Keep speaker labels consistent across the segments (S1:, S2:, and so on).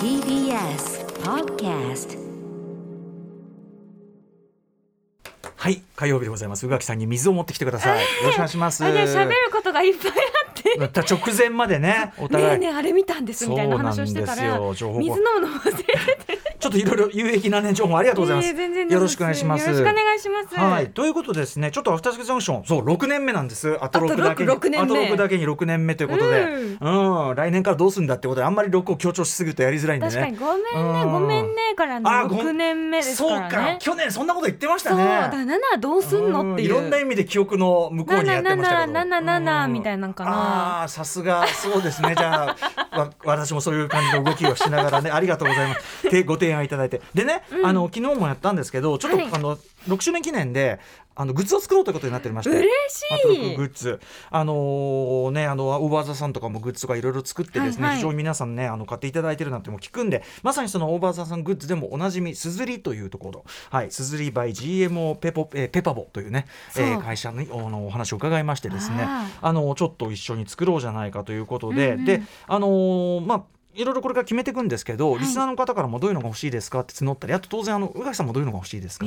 S1: TBS Podcast
S2: はい火曜日でございます宇垣さんに水を持ってきてくださいよろしくお願いします
S3: あれ喋ることがいっぱいあって。
S2: だった直前までねお
S3: ね
S2: 互
S3: え
S2: い、
S3: ねえあれ見たんですみたいな話をしてた
S2: そうな
S3: ら
S2: んですよ
S3: 水
S2: 情報
S3: 飲
S2: が
S3: むの忘れてて
S2: ちょっといろいろ有益なね情報ありがとうございます、
S3: いえいえ全然
S2: よろしくお願いします
S3: よろしくお願いします
S2: はいということでですねちょっとアフタースクジャンクションそう6年目なんですあと
S3: あと六
S2: 6だけに
S3: 六年目
S2: あと6だけに6年目ということでうん、来年からどうするんだってことであんまり6を強調しすぎるとやりづらいんでね
S3: 確かにごめん
S2: う
S3: ね
S2: ん
S3: ごめんねから
S2: あ
S3: の
S2: ご
S3: 六年目ですから
S2: そうか
S3: ね
S2: 去年そんなこと言ってまし
S3: そ
S2: た
S3: うだ
S2: ね
S3: 七はどうすんのってい
S2: ろんな
S3: う
S2: 意味で記憶の向こうにやってましたけど
S3: 7777みたい
S2: な
S3: なんかな
S2: あーさすがそうですねじゃあわ私もそういう感じの動きをしながらねありがとうございますてご提案いただいてでね、あの昨日もやったんですけどちょっと、
S3: はい
S2: あの6周年記念であのグッズを作ろうということになっておりまして
S3: 嬉
S2: アトロッ
S3: し
S2: ク
S3: い
S2: グッズ、あのーね、あのオーバーザさんとかもグッズとかいろいろ作ってですね、
S3: はいはい
S2: 非常に皆さんね、あの買っていただいてるなんても聞くんで、まさにそのオーバーザさんグッズでもおなじみすずりというところ、はい、すずり by GMO ペポ、えーペパボというね、え
S3: そう
S2: ー会社におあのお話を伺いましてですね、
S3: あ
S2: あのちょっと一緒に作ろうじゃないかということで、
S3: うんうん
S2: で、あのーまあいろいろこれから決めていくんですけど、リスナーの方からもどういうのが欲しいですかって募ったりあと当然あの宇垣さんもどういうのが欲しいですか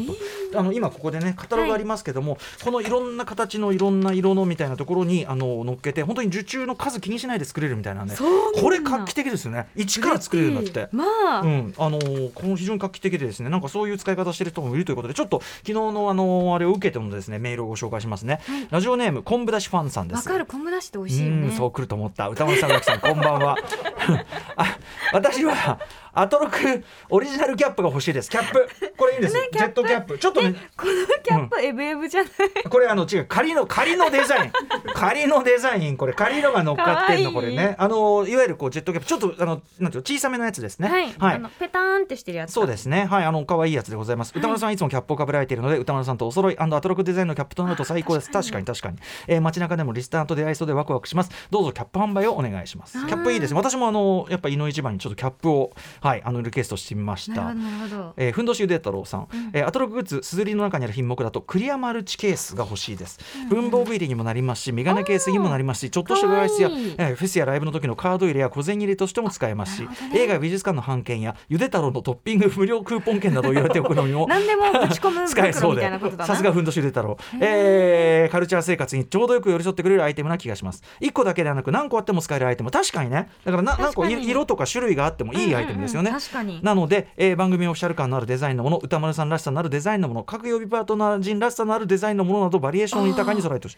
S2: と、あの今ここでねカタログありますけども、このいろんな形のいろんな色のみたいなところにあの乗っけて本当に受注の数気にしないで作れるみたいなね
S3: そうなんだ
S2: これ画期的ですよね一から作れるんだって。
S3: ま
S2: う
S3: あ
S2: ん、あのーこの非常に画期的でですねなんかそういう使い方してる人もいるということでちょっと昨日のあのーあれを受けてのですねメールをご紹介しますね、ラジオネーム昆布だしファンさんです
S3: わかる昆布だしって美味しいよ
S2: うん、
S3: ね
S2: そう来ると思った。歌丸さん、さん、こんばんは。あ、私はアトロクオリジナルキャップが欲しいです。キャップ、これいいんです。ジェットキャップ、ちょっとね、
S3: このキャップエブエブじゃない
S2: これあの違う仮の仮のデザ イン仮のデザインこれ仮のが乗っかってんの
S3: か
S2: こ
S3: わい
S2: れ
S3: い
S2: ねあのいわゆるこうジェットキャップちょっとあのなんていうの小さめのやつですね
S3: はいあのペターンってしてるやつ
S2: そうですねはいあの可愛いやつでございます、歌丸さんはいつもキャップをかぶられているので歌丸さんとお揃いアトロクデザインのキャップとなると最高です確かに確かに、えー、街中でもリスターと出会いそうでワクワクしますどうぞキャップ販売をお願いします
S3: あー
S2: キャップいいですね私もあのやっぱ井の一番にちょっとキャップをはいあのリクエストしてみまし
S3: なるほ
S2: た
S3: どなるほど
S2: えー、ふんどしゆで太郎さん、えーアトロックグッズすずりの中にある品目だとクリアマルチケースが欲しいです、文房具入れにもなりますし眼鏡ケースにもなりますしちょっとした外出や
S3: かわいい
S2: えーフェスやライブの時のカード入れや小銭入れとしても使えますし、映画や美術館の版券やゆで太郎のトッピング無料クーポン券などを入れておくのにも
S3: 何でもぶち込 む
S2: 使え
S3: 袋
S2: そう
S3: み
S2: で
S3: たいなことだな
S2: さすがふんどしゆで太郎、えーカルチャー生活にちょうどよく寄り添ってくれるアイテムな気がします1個だけではなく何個あっても使えるアイテム確かにねだからな何
S3: 確
S2: 個
S3: かに
S2: い色とか種類があってもいいアイテムですよね、
S3: うんうんうん確かに
S2: なので、えー番組オフィシャル感のあるデザインのもの歌丸さんらしさのあるデザインのもの各曜日パートナー人らしさのあるデザインのものなどバリエーションを豊かに揃えてほしい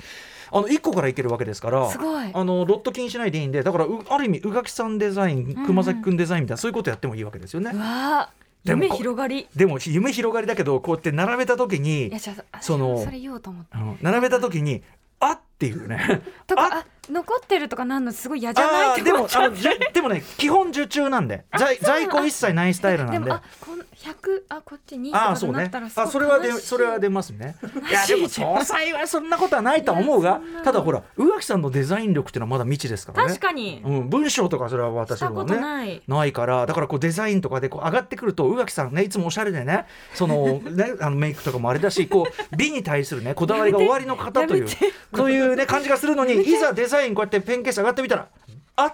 S2: あの1個からいけるわけですから
S3: すごい
S2: あのロット気にしないでいいんでだからうある意味宇垣さんデザイン熊崎君デザインみたいな、そういうことやってもいいわけですよね
S3: う。わー
S2: でも
S3: 夢広がり
S2: でも夢広がりだけどこうやって並べた時に
S3: いやじゃあ
S2: そ
S3: そ
S2: の
S3: のそれ言おうと思って
S2: あの並べた時にあっていうね。
S3: とかあ残ってるとかなんのすごい嫌じゃない
S2: あ
S3: っ
S2: ー
S3: て
S2: で
S3: 思
S2: も
S3: っち
S2: あ
S3: ゃ
S2: の
S3: う
S2: じゃでもね基本受注なんで在在庫一切ないスタイルな
S3: で
S2: ん
S3: も
S2: で。
S3: あこん100あこっち2と
S2: あ
S3: か
S2: あそう
S3: にな
S2: ね
S3: ったら。すごい
S2: あそれはで
S3: 悲しい
S2: それは出ますね。 いやでも総裁はそんなことはないとは思うが
S3: いやそんな、
S2: ただほら宇垣さんのデザイン力っていうのはまだ未知ですからね。
S3: 確かに
S2: うん文章とかそれは私
S3: した
S2: の
S3: こ
S2: は
S3: と
S2: ね。
S3: ない
S2: ないからだからこうデザインとかでこう上がってくると宇垣さんねいつもおしゃれでねそ のねあのメイクとかもあれだしこう美に対するねこだわりが終わりの方とい
S3: やめ
S2: う
S3: て
S2: というね感じがするのにいざデザインこうやってペンケース上がってみたらあっ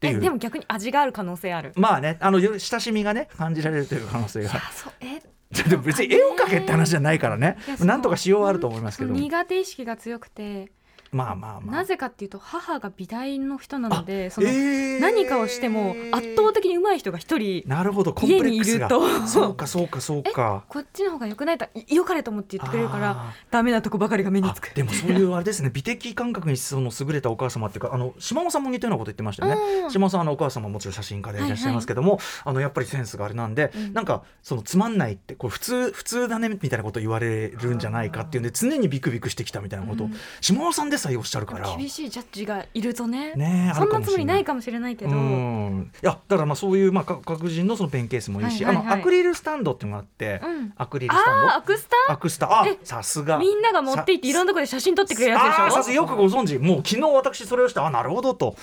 S2: てい
S3: え
S2: う
S3: でも逆に味がある可能性ある
S2: まあねあのより親しみがね感じられるという可能性が
S3: あそうえ
S2: でも別に絵を描けって話じゃないからね
S3: いやその
S2: なんとかしようはあると思いますけど
S3: その苦手意識が強くて
S2: まあまあまあ
S3: なぜかっていうと母が美大の人なのでその
S2: えー
S3: 何かをしても圧倒的に上手い人が一人
S2: なるほどコンプレックスが
S3: 家にいると
S2: そうかそうかそうか
S3: こっちの方が良くないといよかれと思って言ってくれるか
S2: あ
S3: らダメなとこばかりが目に
S2: あ
S3: つく
S2: でもそういうあれですね美的感覚にその優れたお母様っていうかあの島尾さんも似たようなこと言ってましたよね、
S3: うん
S2: 島尾さんあのお母様ももちろん写真家でいらっしゃいますけども、あのやっぱりセンスがあれなんで、
S3: うん
S2: なんかそのつまんないってこう普通普通だねみたいなこと言われるんじゃないかっていうんで常にビクビクしてきたみたいなことを、
S3: うん
S2: 島尾さんでさえおっしゃるから。
S3: 厳しいジャッジがいるとね
S2: ねえ
S3: そんな
S2: あるかも
S3: つも
S2: しれない
S3: りないかもしれないけど、
S2: うん、いやだからまあそういうまあ各各人のそのペンケースもいいし、
S3: はいはいはい
S2: あのアクリルスタンドっていうのがあって、
S3: うん
S2: アクリルス
S3: ああ
S2: タ
S3: ア
S2: ン
S3: クス
S2: ド
S3: タ
S2: アクスタあ
S3: え
S2: さすが
S3: みんなが持っていっていろんなところで写真撮ってくれるやつでし
S2: あ
S3: ょ
S2: ーさすがよくご存知もう昨日私それをしてあなるほどと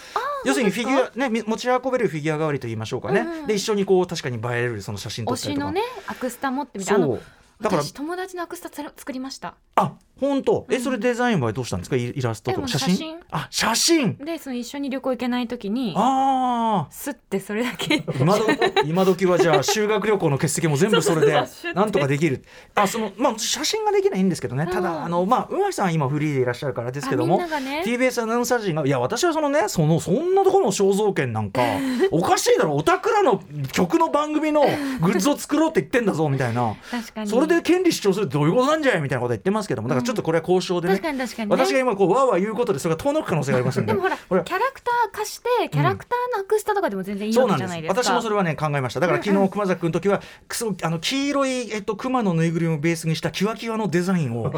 S2: 要するにフィギュア、ね、み持ち運べるフィギュア代わりと言いましょうかね、
S3: うんうん
S2: で一緒にこう確かに映えるその写真
S3: 推
S2: 撮った
S3: し
S2: りとか
S3: のねアクスタ持ってみたいなあ
S2: そ
S3: の
S2: うだから
S3: 私友達のアクスタつら作りました
S2: あ本当えそれデザインはどうしたんですかイイラスト
S3: で
S2: と
S3: も
S2: か
S3: 写
S2: 写
S3: 真
S2: 真あ写真
S3: でその一緒に旅行行けない時に
S2: ああ
S3: すってそれだけ
S2: 今ど今時はじゃあ修学旅行の欠席も全部そ
S3: そ
S2: れ
S3: う
S2: で
S3: そうそう
S2: なんとかできるあそのまあ写真ができないんですけどねた
S3: うん
S2: だあのまあ宇垣さんは今フリーでいらっしゃるからですけど
S3: あ
S2: も
S3: みんながね
S2: TBS アナウンサー陣がいや私はそのねそのそんなところの肖像権 なんかおかしいだろオタクらの曲の番組のグッズを作ろうって言ってんだぞみたいな
S3: 確かに
S2: それで権利主張するってどういうことなんじゃいみたいなこと言ってますけどもだからちょっとこれは交渉でね
S3: 確かに確かに、ね、
S2: 私が今こうわーわー言うことでそれが遠のく可能性がありますん
S3: で
S2: で
S3: もほら
S2: これ
S3: キャラクター化してキャラクターなくしたとかでも全然いい
S2: そう
S3: わ
S2: な
S3: け
S2: ん
S3: じゃ
S2: です
S3: ないですか、
S2: 私もそれはね考えましただから昨
S3: うんう
S2: 日熊崎君の時はくそあの黄色い、えっと、熊のぬいぐるみをベースにしたキワキワのデザ インを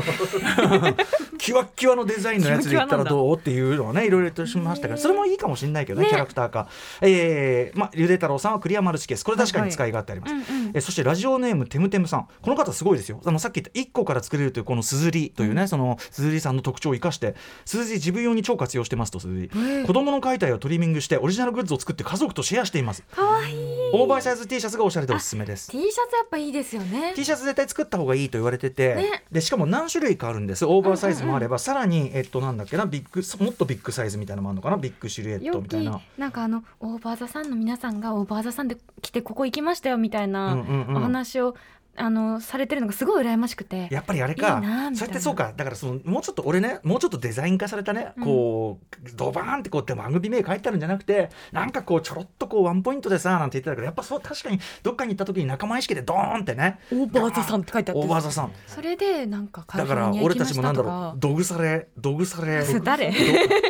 S2: キワッキワのデザインのやつでいったらどうっていうのはねいろいろとしましたからそれもいいかもしれないけどね
S3: ね
S2: キャラクター化、えーまあ、ゆで太郎さんはクリアマルチケースこれ確かに使い勝手あります、
S3: うんうん
S2: えーそしてラジオネームてむてむさんこの方すごいですよあのさっき言った1個から作れるというこのすずりというね、そのすずりさんの特徴を生かしてすずり自分用に超活用してますとすずり子供の解体をトリミングしてオリジナルグッズを作って家族とシェアしています
S3: かわいい
S2: オーバーサイズ T シャツがおしゃれでおすすめです
S3: T シャツやっぱいいですよね
S2: T シャツ絶対作った方がいいと言われてて、
S3: ね
S2: でしかも何種類かあるんですオーバーサイズもあれば、さらにえっとなんだっけなビッグもっとビッグサイズみたいなのもあるのかなビッグシルエット
S3: よ
S2: み
S3: き
S2: たいな。
S3: なんかあのオーバーザさんの皆さんがオーバーザさんで来てここ行きましたよみたい
S2: うん
S3: な
S2: うんうん
S3: お話を、あのされてるのがすごい羨ましくて
S2: やっぱりあれか
S3: いいなあみたいな
S2: そうやってそうかだからそのもうちょっと俺ねもうちょっとデザイン化されたね、
S3: うん
S2: こうドバーンってこうやって番組名書いてあるんじゃなくてなんかこうちょろっとこうワンポイントでさなんて言ってたけどやっぱそう確かにどっかに行った時に仲間意識でドーンってね
S3: オーバーザさんって書いてあっ
S2: 大
S3: て
S2: 技さん
S3: それでなんか
S2: だ
S3: カリフ
S2: か
S3: ォル
S2: ら
S3: ニア行
S2: 俺
S3: きま
S2: たち
S3: し
S2: も
S3: た
S2: なんだ
S3: と
S2: ろう
S3: か
S2: どぐされどぐされ
S3: 誰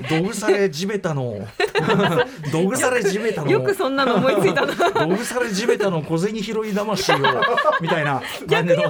S2: どどぐされ地べたの どぐされ地べたの
S3: よくそんなの思いついた な
S2: どぐされ地べたの小銭拾い魂をみた いな感じの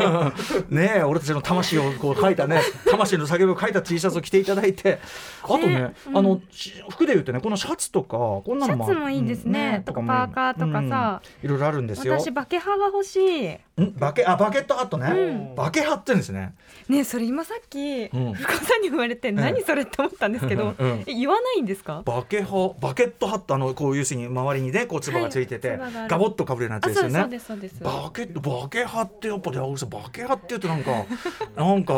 S2: ねえ俺たちの魂をこう書いたね魂の叫びを書いた T シャツを着ていただいてあとね
S3: ねうん
S2: あのし服でいうとねこのシャツとかこんなのもあ
S3: シャツもいいですねとか
S2: も
S3: パーカーとかさ
S2: うんいろいろあるんですよ
S3: 私バケハが欲しい
S2: んバケあバケットハットね、
S3: う
S2: バケハってんですね
S3: ねそれ今さっき、
S2: うん
S3: 深尾さんに言われて何それって思ったんですけど、
S2: うん
S3: え言わないんですか
S2: バケハバケットハットあのこういうふうに周りにねこうつばがついてて、
S3: はいつばがある
S2: ガボッとかぶれるやつ
S3: あ
S2: です
S3: そ
S2: よ
S3: うですそう
S2: ね
S3: ですそうです
S2: バケバケハってやっぱで青木さんバケハって言うとなんか なんか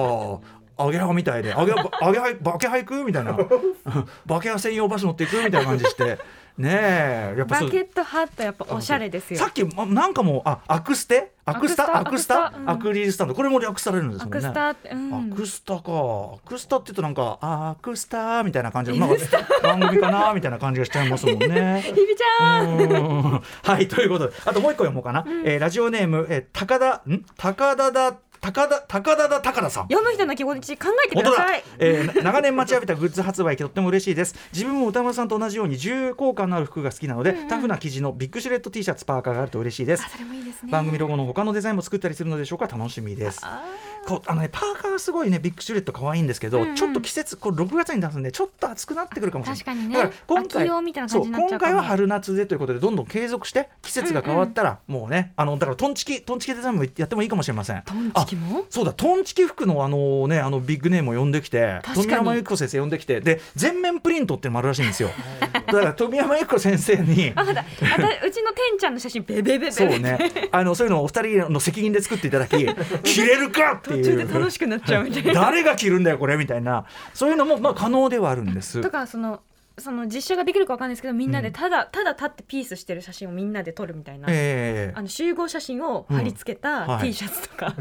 S2: アゲハみたいで揚げハ揚げハバケハ行くみたいな バケハ専用バス乗っていくみたいな感じしてねえやっぱ
S3: バ
S2: そう
S3: ケットハットやっぱおしゃれですよ
S2: さっきまなんかもうあアクステアクスタ
S3: ア
S2: ア
S3: ク
S2: ク
S3: ス
S2: ス
S3: タ
S2: タ
S3: ア
S2: ア
S3: クスタう
S2: ク
S3: ん
S2: リルスタンドこれもアクスタれるんです
S3: ア
S2: もん
S3: ク
S2: ね
S3: スタって、うん、
S2: アクスタかアクスタって言うとなんかあアクスタみたいな感じのなんか番組かなみたいな感じがしちゃいますもんね。
S3: ひびち
S2: う
S3: ゃん
S2: ーんはいということであともう一個読もうかな、えーラジオネーム、えー高田ん高田だ高田高田だ高田さん。
S3: 読む人の気持ち考えてく
S2: 本
S3: だ
S2: 当だ
S3: さい、
S2: えーな長年待ちわびたグッズ発売とっても嬉しいです自分も歌丸さんと同じように重厚感のある服が好きなので、タフな生地のビッグシルエット T シャツパーカーがあると嬉しいです
S3: あそれもいいですね
S2: 番組ロゴの他のデザインも作ったりするのでしょうか楽しみです
S3: あ
S2: こうあのねパーカーがすごいねビッグシルエット可愛いんですけど、
S3: うんうん
S2: ちょっと季節こう6月に出すんでちょっと暑くなってくるかもしれない
S3: 確かにね
S2: だから今
S3: 秋
S2: 回
S3: 用みたいな感じになっちゃうかも
S2: そう今回は春夏でということでどんどん継続して季節が変わったらもうね、あのだからトンチキトンチキデザインもやってもいいかもしれません
S3: トンチキも
S2: そうだトンチキ服のあのねあのビッグネームを呼んできて
S3: 確かに
S2: 富山由紀子先生呼んできてで全面プリントってのもあるらしいん ですよだから富山由紀子先生に
S3: あまだあたうちのてんちゃんの写真ベベベベベ
S2: そう ねあのそういうのをお二人の責任で作っていただき着れるかって
S3: 途
S2: いう
S3: 中で楽しくなっちゃうみたいな
S2: 誰が着るんだよこれみたいなそういうのもまあ可能ではあるんです
S3: とかそのその実写ができるかわかんないですけどみんなでただ、ただ立ってピースしてる写真をみんなで撮るみたいな、
S2: ええ
S3: あの集合写真を貼り付け
S2: うん
S3: た
S2: はい
S3: T シャツと か、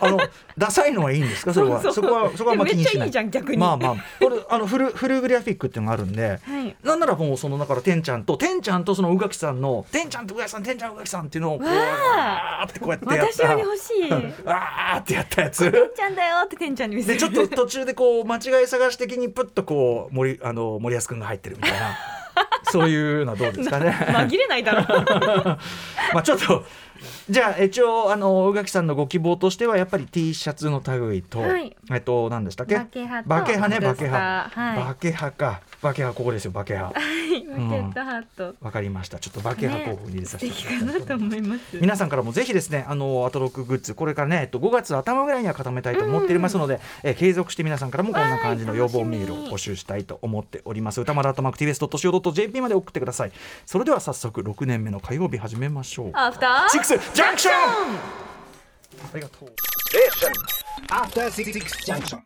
S2: あのダサいのはいいんですかそれは
S3: そう
S2: そ
S3: そう
S2: こはそこはあんま気にし
S3: でもめっちゃ
S2: ない
S3: いじゃん逆に
S2: まあまあこれあのフルフルグラフィックっていうのがあるん で
S3: はい
S2: なんならもうそのだからてんちゃんとてんちゃんとその宇垣さんのてんちゃんと宇垣さんてんちゃん宇垣さんっていうのをこう
S3: わあ
S2: あーってこうやってやっ
S3: 私よ
S2: た
S3: り欲し いて
S2: あーってやったやつ
S3: んちゃんだよっててんちゃんに見せ
S2: で
S3: る
S2: ちょっと途中でこう間違い探し的にプッとこう森あの森保君が入ってるみたいなそういうのはどうですかね。
S3: 紛れないだろう
S2: まあちょっとじゃあ一応あの宇垣さんのご希望としてはやっぱり T シャツの類と、
S3: はい
S2: えっと何でしたっけ
S3: バケハと
S2: バケハね
S3: ブー
S2: バ
S3: スター
S2: ケハ、
S3: はい
S2: バケハかバケハここですよバケハ
S3: はいバケットハット、
S2: わかりましたちょっとバケハ候補に入れさ
S3: 素
S2: せていた
S3: 敵
S2: だき
S3: か
S2: ます
S3: なと思います
S2: 皆さんからもぜひですねあのアトロックグッズこれからね、えっと、5月頭ぐらいには固めたいと思っておりますので、えー継続して皆さんからもこんな感じの要望メールを募集したいと思っております歌丸アトマーク TBS.CO.JP まで送ってくださいそれでは早速6年目の火曜日始めましょう
S3: アフター
S2: シックスジャンクションありがとう
S4: After Six Junction.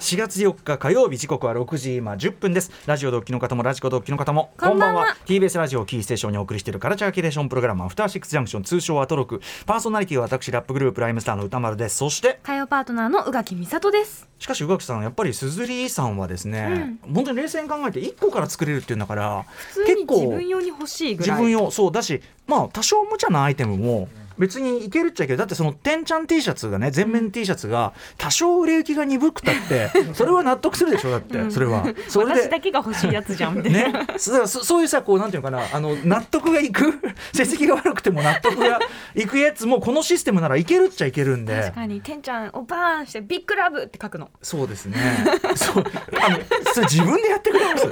S2: 4月4日火曜日時刻は6時今10分ですラジオ同期の方もラジコ同期の方も
S3: こんばんは
S2: TBS ラジオをキーステーションにお送りしているカルチャーキュレーションプログラムアフターシックスジャンクション通称アトロクパーソナリティは私ラップグループライムスターの歌丸ですそして
S3: 火曜パートナーの宇垣美里です
S2: しかし宇垣さんやっぱり鈴木さんはですね、本当に冷静に考えて1個から作れるっていうんだから
S3: 普通に自分用に欲しいぐ
S2: 自
S3: らい
S2: 分用そうだしまあ多少無茶なアイテムも別にいけるっちゃいけるだってそのてんちゃん T シャツがね全面 T シャツが多少売れ行きが鈍くたって それは納得するでしょだってそれはそれ
S3: 私だけが欲しいやつ じゃんみたいな
S2: ね、そだからそそういうさこうなんていうのかなあの納得がいく 成績が悪くても納得がいくやつもこのシステムならいけるっちゃいけるんで
S3: 確かに「てんちゃんをバーンしてビッグラブ」って書くの
S2: そうですね そうあのそれ自分でやってくれます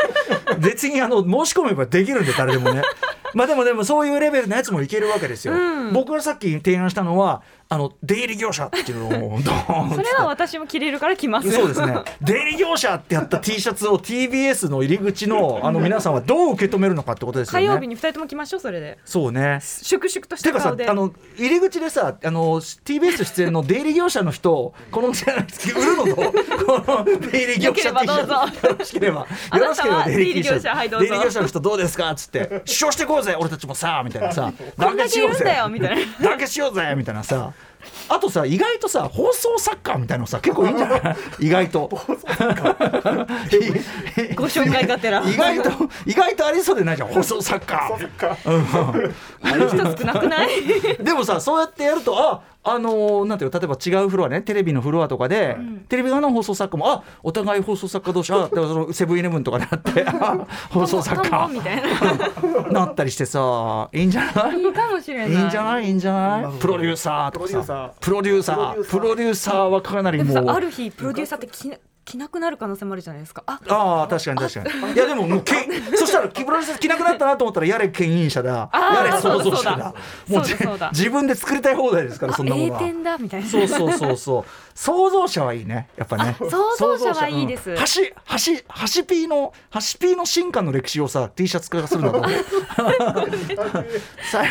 S2: 別にあの申し込めばできるんで誰でもねまあでもでもそういうレベルのやつもいけるわけですよ、
S3: うん
S2: 僕がさっき提案したのはあの出入り業者っていうのをドーンと
S3: それは私も着れるから着ます
S2: そ うですね出入り業者ってやった T シャツを TBS の入り口のあの皆さんはどう受け止めるのかってことですよ
S3: 火
S2: ね
S3: 曜日に二人とも着ましょうそれで
S2: そうね
S3: 粛々としてた
S2: かさ
S3: 顔で
S2: あの入り口でさあの TBS 出演の出入り業者の人この 売るのとこの出入り
S3: よ
S2: 業者 T シ
S3: ければどうぞ
S2: ャツよろしければ
S3: あ
S2: よろ
S3: な
S2: したければ
S3: は
S2: 出入り業者
S3: 出入り業者はいどうぞ
S2: 出入り業者の人どうですかっつって「主張してこうぜ俺たちもさ」みたい なさ「
S3: こんだけいるんだよみたいな
S2: 団結しようぜ」みたいなさあとさ意外とさ放送作家みたいなのさ結構いいんじゃ ない意外と
S3: ご紹介がてら
S2: 意外と意外とありそうでないじゃん放送作家う
S3: 一
S2: ん
S3: つ少なく ない
S2: でもさそうやってやるとああのーなんていうの例えば違うフロアねテレビのフロアとかで、テレビ側の放送作家もあお互い放送作家同士あ だからそのセブンイレブンとかであって あ放送作
S3: トンボ
S2: 家
S3: みたいな
S2: なったりしてさいいんじゃない
S3: いいかもしれない
S2: いいんじゃないいいんじゃ
S5: なる
S2: な
S5: ほ
S2: い
S5: ど
S2: プロデューサーとかさプ
S5: プ
S2: ロデューサープ
S5: プ
S2: ロ
S5: ロ
S2: デューサーはかなり
S3: でも
S2: もう
S3: さある日プロデューサーって着な着なくなる可能性もあるじゃないですかあ
S2: ああ確かに確かにいやでももう けそしたらキプロレス着なくなったなと思ったらやれ牽引者だ
S3: あー
S2: やれ創
S3: そう
S2: 造者だ
S3: だそうだ
S2: もうぜ
S3: そうだそうだ
S2: 自分で作りたい放題ですからそんなも
S3: 栄
S2: のは。
S3: 転だみたいな
S2: そうそうそうそう。創造者はいいね。やっぱね。
S3: あ創造者はいいです
S2: うん橋橋橋 P の橋 P の進化の歴史をさ T シャツ化するなと。 さ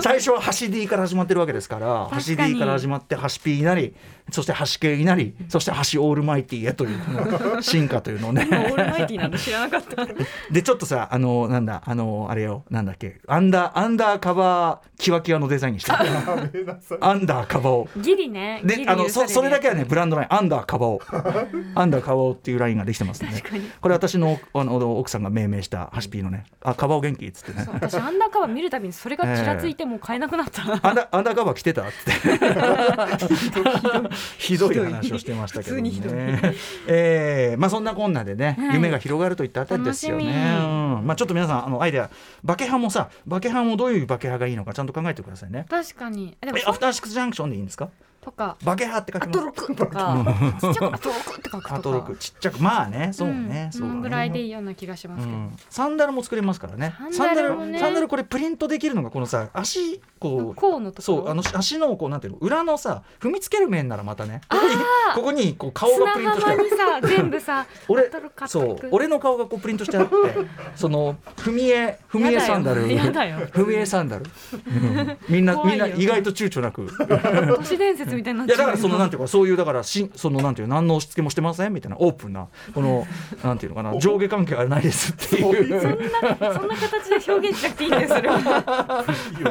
S2: 最初は橋 D から始まってるわけですから、橋
S3: 確かに
S2: D から始まって橋 P になり、そして橋 K になり、そして橋オールマイティへというこの進化というのをね。
S3: 今オ ールマイティなんだ知らなかった
S2: でちょっとさあのなんだあのあれよなんだっけアンダーアンダーカバーキワキワのデザイン にしてアンダーカバーを。
S3: ギリねギ
S2: で
S3: リ
S2: あの
S3: 許さ
S2: そ
S3: る
S2: それだけはねブランドラインアンダーカバ オアンダーカバオっていうラインができてますね
S3: 確かに
S2: これ私のあの奥さんが命名したハシピーのねあカバオ元気っつって ね
S3: そう私アンダーカバー見るたびにそれがちらついてもう買えなくなった、
S2: アンダーアンダーカバー着てたってひどい話をしてましたけ
S3: 普
S2: どね
S3: 通にひどい
S2: えーまあそんなこんなでね、
S3: はい
S2: 夢が広がるといったあたりですよね、
S3: 楽しみ
S2: うんまあ、ちょっと皆さんあのアイデアバケハンもさバケハンもどういうバケハンがいいのかちゃんと考えてくださいね
S3: 確かにえでも
S2: えアフターシックスジャンクションでいいんですか
S3: とか
S2: バケハって書き
S3: ア
S2: ます
S3: トロクとかちっちゃくアトロクって書くとか
S2: アトロクちっちゃくまあねそうね、
S3: ん
S2: そうだ
S3: ん
S2: ね
S3: ぐらいでいいような気がしますけど、
S2: うんサンダルも作れますからね
S3: サンダルもね
S2: サンダルこれプリントできるのがこのさ足こう
S3: こうのとこ
S2: そ
S3: ろ
S2: うあの足のこうなんていうの裏のさ踏みつける面ならまたねここにここにこう顔がプリン
S3: 砂
S2: トしてあ
S3: 浜
S2: る
S3: にさ全部さア
S2: 俺
S3: トロクアト
S2: そ
S3: ロ
S2: う
S3: ク
S2: 俺の顔がこうプリントしてあって その踏み絵踏み絵サンダル
S3: やだよやだよ
S2: 踏み絵サンダル、うんみんな
S3: 怖
S2: みん
S3: いよ
S2: な意外と躊躇なく
S3: 都市伝説みたいになっ
S2: い
S3: ちゃ
S2: や
S3: う
S2: だからそのなんていうかそういうだからしんそのなんていう何の押し付けもしてませんみたいなオープンなこ のなんていうのかな上下関係はないですっていう
S3: そんなそんな形で表現しなくていいんですよそれ は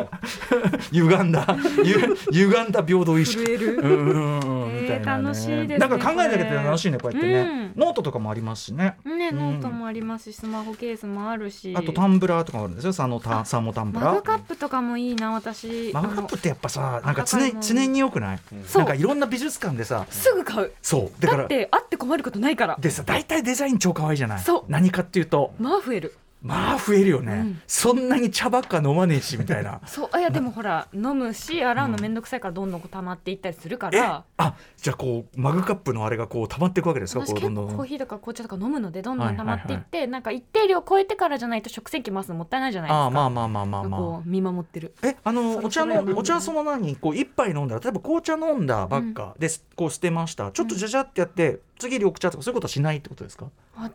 S2: 歪んだゆ歪んだ平等意識
S3: 震える
S2: うんうんうん
S3: えー
S2: みたいなね
S3: 楽しいですね
S2: なんか考えなきゃいけない楽しいねこうやってね、
S3: う
S2: ノートとかもありますしね
S3: ねノートもありますしスマホケースもあるし
S2: あとタンブラーとかもあるんですよサのタンサモタンブ
S3: マ
S2: ラ
S3: グカッ
S2: ー
S3: プとかもいいな私
S2: マグカップってやっぱさなんか常
S3: 赤い
S2: に
S3: もの
S2: 常に良くない
S3: そう
S2: なんかいろんな美術館でさ
S3: あのすぐ買う
S2: そうだか
S3: だっ
S2: ら
S3: てあって困ることないから
S2: でさ大体デザイン超可愛いじゃない
S3: そう
S2: 何かっていうと
S3: まあ増える
S2: まあ増えるよね、
S3: うん
S2: そんなに茶ばっか飲まねえしみたいな
S3: そうあいやでもほら飲むし洗うのめんどくさいからどんどんこう溜まっていったりするから
S2: あじゃあこうマグカップのあれがこう溜まっていくわけですか
S3: 私
S2: こう
S3: 結
S2: どんど
S3: 構
S2: んど
S3: コー
S2: ん
S3: ヒーとか紅茶とか飲むのでどんどん溜まっていっ
S2: は
S3: てなんか一定量超えてからじゃないと食洗機回すのもったいないじゃないです
S2: あ
S3: か
S2: あまあまあまあまあまあ
S3: こう見守ってる
S2: えあの
S3: それ
S2: お茶
S3: それ
S2: のお茶その何こう一杯飲んだら例えば紅茶飲んだばっかで、すこう捨てましたちょっとじゃじゃってやって、次緑茶とかそういうことはしないってことですか
S3: あ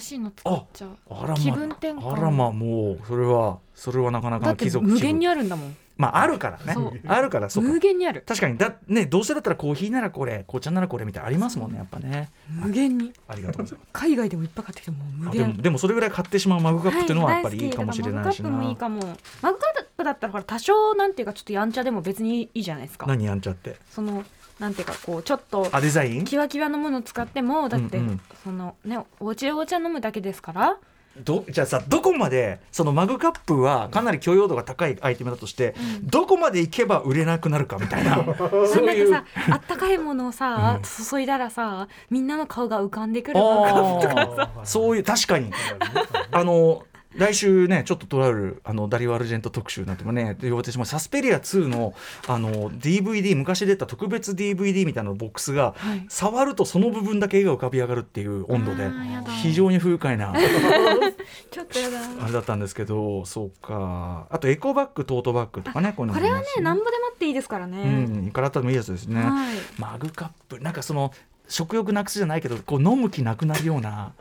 S4: 新しいの作っちゃう
S2: あらま
S4: 気分転換
S2: あらまもうそれはそれはなかなか
S4: だっ
S2: の
S4: て
S2: 貴族
S4: 無
S2: 気分
S4: 限にあるんだもん
S2: まああるからね
S4: そう
S2: あるからそうか
S4: 無限にある
S2: 確かにだねどうせだったらコーヒーならこれ紅茶ならこれみたいなのありますもんねやっぱね
S4: 無限に
S2: ありがとうございます
S4: 海外でもいっぱい買ってきてもう無
S2: あで
S4: 限
S2: もでもそれぐらい買ってしまうマグカップっていうのはやっぱりいいかもしれないしな、
S3: マグカップもいいかもマグカップだったらほら多少なんていうかちょっとやんちゃでも別にいいじゃないですか
S2: 何やんちゃって
S3: そのなんていうかこうちょっと
S2: あデザイン
S3: キワキワのものを使ってもだって、
S2: うんうん
S3: そのねお家でお茶飲むだけですから
S2: どじゃあさどこまでそのマグカップはかなり許容度が高いアイテムだとして、どこまでいけば売れなくなるかみたい な
S3: な
S2: そ
S3: ん
S2: う
S3: か
S2: いう
S3: さあったかいものをさ、
S2: うん
S3: 注いだらさみんなの顔が浮かんでくるマグカップ
S2: あーそういう確かにあの来週ねちょっととあるあのダリオ・アルジェント特集なんてもね呼ばれてしまうサスペリア2のあの DVD 昔出た特別 DVD みたいなボックスが
S4: はい
S2: 触るとその部分だけ絵が浮かび上がるっていう温度で
S4: あーやだ
S2: 非常に不愉快な。
S3: ちょっとやだ
S2: あれだったんですけど、そうか。あとエコバッグ、トートバッグとかね、こういう
S3: こ
S2: のもあり
S3: れは
S2: ま
S3: ね
S2: すし
S3: なんぼでもっていいですからね、
S2: うん、いくらあったでもいいやつですね。
S3: はい
S2: マグカップ、なんかその食欲なくすじゃないけど、こう飲む気なくなるような、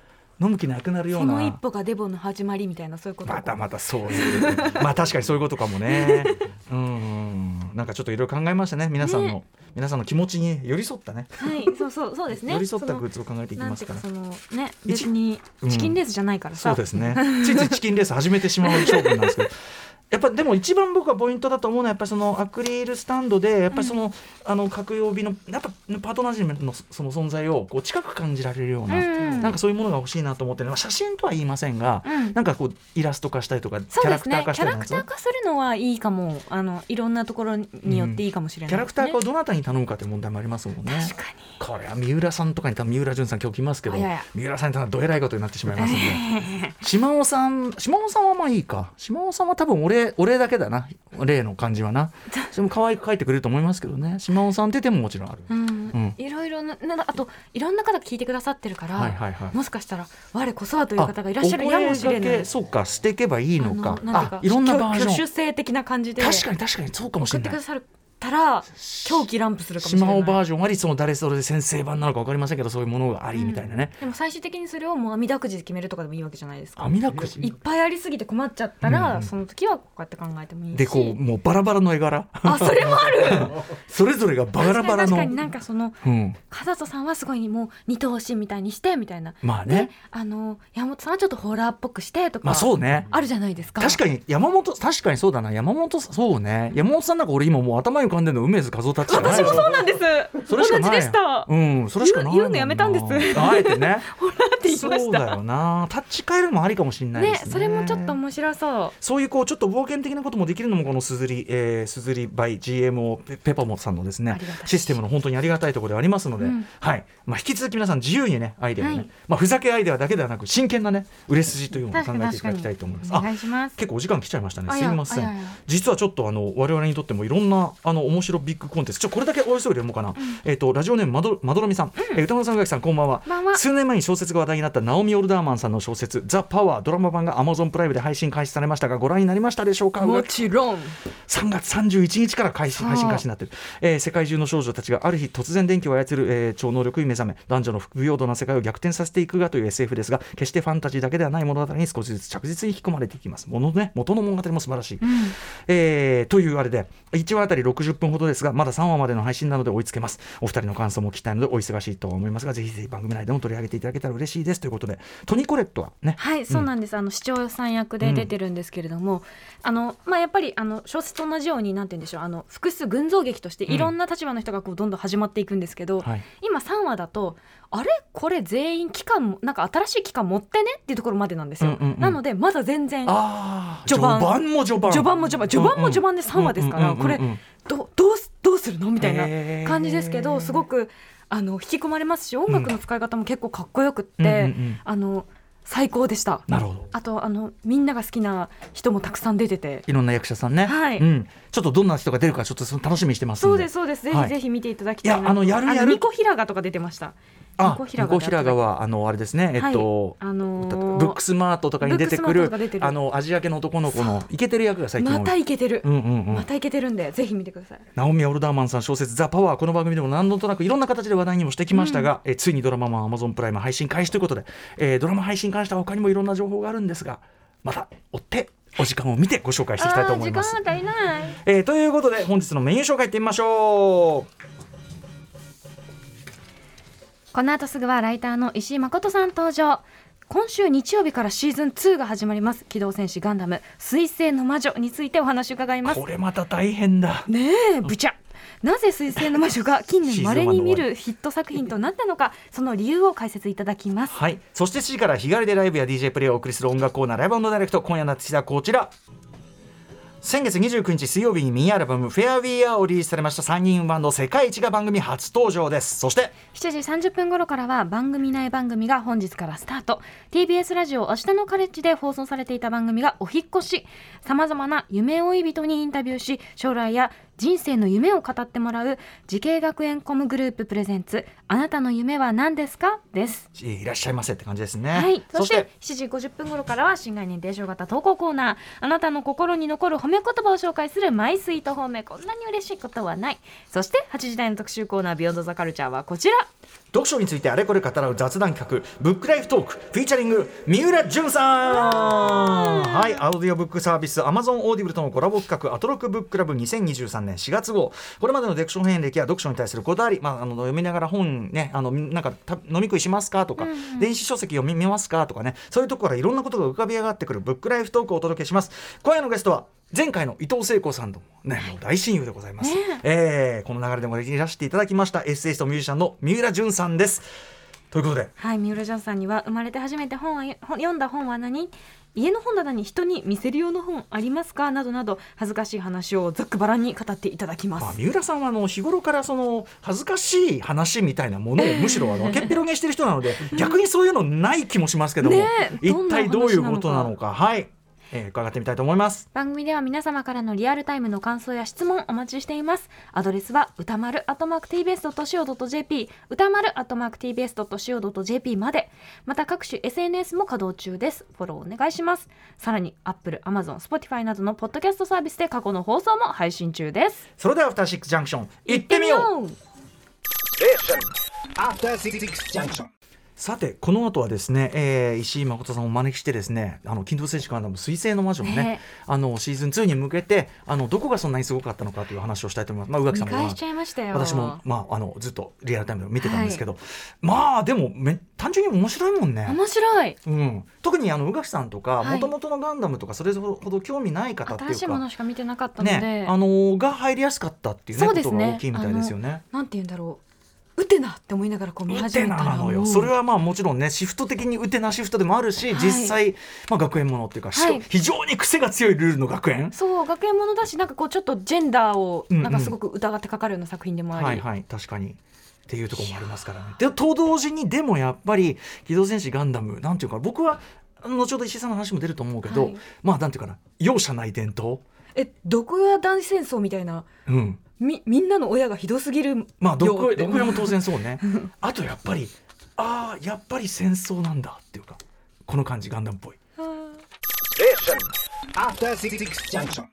S2: 飲む気なくなるよ
S3: そうの一
S2: な。
S3: 歩がデボの始まりみたいなそういうこと
S2: またまたそういう、まあ確かにそういうことかもね。うん、なんかちょっといろいろ考えましたね、皆さんの、皆さんの気持ちに寄り添ったね。
S3: はいそうそうそうですね
S2: 寄り添ったグッ
S3: ズ
S2: ズを考えていき
S3: なん
S2: ま
S3: て
S2: す
S3: いう
S2: か
S3: からそ。のね
S2: 一
S3: 別に
S2: うん
S3: チキンレースじゃないからさ、
S2: そうですね。ついついチキンレース始めてしまう勝負なんですけど。やっぱでも一番僕はポイントだと思うのはやっぱりそのアクリルスタンドでやっぱりその、あの各曜日のやっぱパートナー陣のその存在をこう近く感じられるような、
S3: うん
S2: なんかそういうものが欲しいなと思ってね、まあ、写真とは言いませんが、
S3: うん
S2: なんかこうイラスト化したりとかキ
S3: そ
S2: ャ
S3: う
S2: ラ
S3: で
S2: ク
S3: す
S2: ター
S3: ね
S2: 化し
S3: キ
S2: た
S3: ャ
S2: りな
S3: ラク
S2: んです
S3: タ
S2: ね
S3: ー化するのはいいかもあのいろんなところによっていいかもしれ
S2: キャ
S3: ない
S2: ラ
S3: で
S2: ク
S3: すね、
S2: ター化をどなたに頼むかという問題もありますもんね。
S3: 確かに
S2: これは三浦さんとかに多分三浦淳さん今日来ますけど
S3: あいやいや
S2: 三浦さんにたらどえらいことになってしまいます ので島尾さん島尾さんはまあいいか島尾さんは多分俺俺だけだな例の感じ はなでも可愛く書いてくれると思いますけどね島尾さんって手ももちろんある、
S3: うん
S2: うん
S3: いろいろななあといろんな方が聞いてくださってるから、
S2: はいはいはい
S3: もしかしたら我こそはという方がいらっしゃるやもしれ
S2: お
S3: な
S2: 声掛け
S3: い
S2: そうかしていけばいい
S3: あ
S2: の
S3: の
S2: か
S3: なんて
S2: あいろんなバージ
S3: 挙
S2: ョ
S3: 挙
S2: ン
S3: 手制的な感じで
S2: 確かに確かにそうかもし
S3: 送
S2: れ
S3: ってく
S2: な
S3: だ
S2: い
S3: さったら狂気乱舞するかもしれ
S2: 島
S3: ない
S2: 尾バージョンありその誰それで先生版なのか分かりませんけどそういうものがありみたいなね、
S3: でも最終的にそれをもう網だくじで決めるとかでもいいわけじゃないですか
S2: 網だくじ
S3: いっぱいありすぎて困っちゃったら、
S2: うん
S3: その時はこうやって考えてもいいし
S2: でこうもうバラバラの絵柄
S3: あそれもある
S2: それぞれが バラバラの
S3: 確かになんかその
S2: うん、
S3: 風戸さんはすごいもう二頭身みたいにしてみたいな、
S2: まあね
S3: であの山本さんはちょっとホラーっぽくしてとか、
S2: まあそうね。
S3: あるじゃないですか
S2: 確かに山本確かにそうだな山本さんそうね山本さんなんか俺今もう頭に浮かんでるの梅津和夫たちじゃない
S3: 私もそうなんです
S2: それ
S3: 同
S2: しかな
S3: じ
S2: い
S3: でした、
S2: うんそれしかないもん
S3: 言う言う
S2: な
S3: のやめたんです
S2: あえ てね
S3: ホラーって言いま
S2: そう
S3: し
S2: だ
S3: た
S2: よなタッチ変えるもありかもしれない
S3: ね
S2: ですね
S3: それもちょっと面白そう
S2: そういうこうちょっと冒険的なこともできるのもこのすずり、えー、すずり by GMO ペペパモさんのです
S3: あ
S2: ね
S3: りがたい
S2: システムの本当にありがたいところではありますので、
S3: うん
S2: はいまあ、引き続き皆さん自由にねアイデアをね、
S3: はい
S2: まあ、ふざけアイデアだけではなく真剣なね売れ筋というのを考えていただきたいと思います。
S3: お
S2: あ
S3: 願いします
S2: 結構お時間来ちゃいましたね。
S3: あい
S2: すみ
S3: や
S2: ませ
S3: あいやい
S2: ん
S3: や。
S2: 実はちょっとあの我々にとってもいろんなあの面白ビッグコンテンツ。ちょこれだけおよそよりもかな。えっ、とラジオネームまどまどろみさん、えー歌丸さん宇垣さんこんばんは。
S3: こんばんは
S2: 数年前に小説が話題になったナオミオルダーマンさんの小説ザパワードラマ版が Amazon プライムで配信開始されましたがご覧になりましたでしょうか。宇垣
S4: ちろん
S2: 3月31日から開始配信開始になってる、えー世界中の少女たちがある日突然電気を操る、えー超能力に目覚め男女の不平等な世界を逆転させていくがという SF ですが決してファンタジーだけではない物語に少しずつ着実に引き込まれていきますもの、ね、元の物語も素晴らしい、えーというあれで1話あたり60分ほどですがまだ3話までの配信なので追いつけますお二人の感想も聞きたいのでお忙しいとは思いますがぜひぜひ番組内でも取り上げていただけたら嬉しいですということでトニコレットはね
S3: はい、そうなんです。あの市長さん役で出てるんですけれども、あのまあやっぱりあの小説と同じようになんて言うんでしょう。あの複数群像劇として
S2: うん
S3: いろんな立場の人がこうどんどん始まっていくんですけど、
S2: はい
S3: 今3話だとあれこれ全員期間もなんか新しい期間持ってねっていうところまでなんですよ。
S2: うんうんうん
S3: なのでまだ全然
S2: あー
S3: 序盤
S2: 序盤も序盤
S3: 序盤も序盤序盤も序盤で3話ですから、
S2: うんうんうんうんう
S3: こ
S2: ん
S3: れどうどうすどうするのみたい
S2: へー
S3: な感じですけど、すごくあの引き込まれますし、音楽の使い方も結構かっこよくって、
S2: うんうんうん
S3: あの最高でした。
S2: なるほど
S3: あとあのみんなが好きな人もたくさん出てて。
S2: いろんな役者さんね、
S3: はい
S2: うん、ちょっとどんな人が出るかちょっとその楽しみにしてます
S3: そ
S2: ん
S3: う
S2: で
S3: ですそうです。ぜ
S2: は
S3: ひ
S2: い
S3: ぜひ見ていただきたいなと。
S2: いやあのやるやる
S3: ニコヒラガとか出てました。
S2: あ
S3: 向平
S2: 向
S3: 川
S2: 平川あのあれですねえっと、
S3: あのー
S2: ブックスマートとかに出てく
S3: ブックスマート
S2: る
S3: とか出てる
S2: あのアジア系の男の子のイケてる役が最近多い
S3: またいけてる、
S2: うんうんうん
S3: またいけてるんでぜひ見てください
S2: ナオミ・オルダーマンさん小説「ザ・パワーこの番組でも何度となくいろんな形で話題にもしてきましたが、えついにドラマも Amazon プライム配信開始ということで、えードラマ配信に関しては他にもいろんな情報があるんですがまた追ってお時間を見てご紹介していきたいと思います
S3: あー。時間が足りない
S2: えーということで本日のメニュー紹介いってみましょう。
S3: この後すぐはライターの石井誠さん登場今週日曜日からシーズン2が始まります機動戦士ガンダム彗星の魔女についてお話を伺います
S2: これまた大変だ。
S3: ねえぶちゃなぜ彗星の魔女が近年まれに見るヒット作品となったのかその理由を解説いただきます
S2: はい、そして7時から日帰りでライブや DJ プレイをお送りする音楽コーナーライブダイレクト今夜の私はこちら先月29日水曜日にミニアルバム「フェアウィアをリリースされました3人バンド世界一が番組初登場ですそして
S3: 7時30分頃からは番組内番組が本日からスタート TBS ラジオ明日のカレッジで放送されていた番組がお引っ越しさまざまな夢追い人にインタビューし将来や人生の夢を語ってもらう慈恵学園コムグループプレゼンツあなたの夢は何ですかです
S2: えーいらっしゃいませって感じですね、
S3: はい、そ
S2: そ
S3: し
S2: し
S3: てて7時50分頃からは新概念提唱型投稿コーナーあなたの心に残る褒め言葉を紹介するマイスイート褒めこんなに嬉しいことはないそして8時台の特集コーナービヨンドザカルチャーはこちら
S2: 読書についてあれこれ語らう雑談企画「ブックライフトーク」フィーチャリング三浦淳さんはいアオディオブックサービス Amazon オーディブルとのコラボ企画「アトロックブッククラブ2023年4月号」これまでの読書遍歴や読書に対するこだわり、まあ、あの読みながら本ねあのなんかた飲み食いしますかとか、電子書籍読み見ますかとかねそういうところからいろんなことが浮かび上がってくるブックライフトークをお届けします今夜のゲストは前回の伊藤聖子さんともね、もう大親友でございます、えーこの流れでもいらしていただきましたエッセイストミュージシャンの三浦淳さんですということで
S3: はい、三浦ジャンさんには生まれて初めて本はよ本読んだ本は何家の本棚に人に見せる用の本ありますかなどなど恥ずかしい話をざっくばらんに語っていただきま
S2: まあ、
S3: す。
S2: 三浦さんはあの日頃からその恥ずかしい話みたいなものをむしろあのけっぺろげしてる人なの で逆にそういうのない気もしますけども、
S3: ねえ
S2: 一体ど
S3: ど
S2: ういう
S3: うなお話なのか
S2: ことなのかはい、えー伺ってみたいと思います。
S3: 番組では皆様からのリアルタイムの感想や質問お待ちしています。アドレスは歌丸 @tbs.co.jp 歌丸 @tbs.co.jp まで。また各種 SNS も稼働中です。フォローお願いします。さらに Apple、Amazon、Spotify などのポッドキャストサービスで過去の放送も配信中です。
S2: それではアフターシックスジャンクション行ってみよう
S3: う
S5: After Six Junction.
S2: さてこの後はですね、えー石井誠さんをお招きしてですねあの金土選手からの彗星の魔女のね
S3: ね
S2: あのシーズン2に向けてあのどこがそんなにすごかったのかという話をしたいと思います。まあ、宇垣さ
S3: 見
S2: んも
S3: 返しちゃいましたよ。
S2: 私も、まあ、あのずっとリアルタイムで見てたんですけど、まあでもめ単純に面白いもんね。
S3: 面白い
S2: うん、特にあの宇垣さんとか
S3: は
S2: も
S3: い
S2: ともとのガンダムとかそれほど興味ない方ってい
S3: 新し
S2: う
S3: いも
S2: か
S3: の。しか見てなかったので、
S2: ね、あのーが入りやすかったっていう,、ね
S3: そう
S2: こ
S3: で
S2: と
S3: す
S2: が
S3: ね
S2: 大きいみたいですよね。
S4: なんて言うんだろう。ウテナって思いながらこう見
S2: ウ
S4: 始
S2: テ
S4: め
S2: ナ
S4: たら
S2: なのよ
S4: もう
S2: それはまあもちろんねシフト的にウテナシフトでもある
S4: は
S2: し、
S4: い
S2: 実際、まあ、学園ものっていうか、し
S3: はい
S2: 非常に癖が強いルールの学園
S3: そう学園ものだしなんかこうちょっとジェンダーを
S2: うんうん
S3: なんかすごく疑ってかかるような作品でもあり、
S2: はいはい確かにっていうところもありますからね。でと同時にでもやっぱり「機動戦士ガンダム」なんていうか僕は後ほど石井さんの話も出ると思うけど、
S4: はい
S2: まあなんていうかな容赦ない伝統、
S4: えどこや男子戦争みたいな
S2: うん、
S4: みみんなの親がひどすぎる
S2: まあどこ
S4: よ
S2: へ
S4: って
S2: どこへも当然そうねあとやっぱりああやっぱり戦争なんだっていうかこの感じガンダムっぽい。
S5: After Six Junction.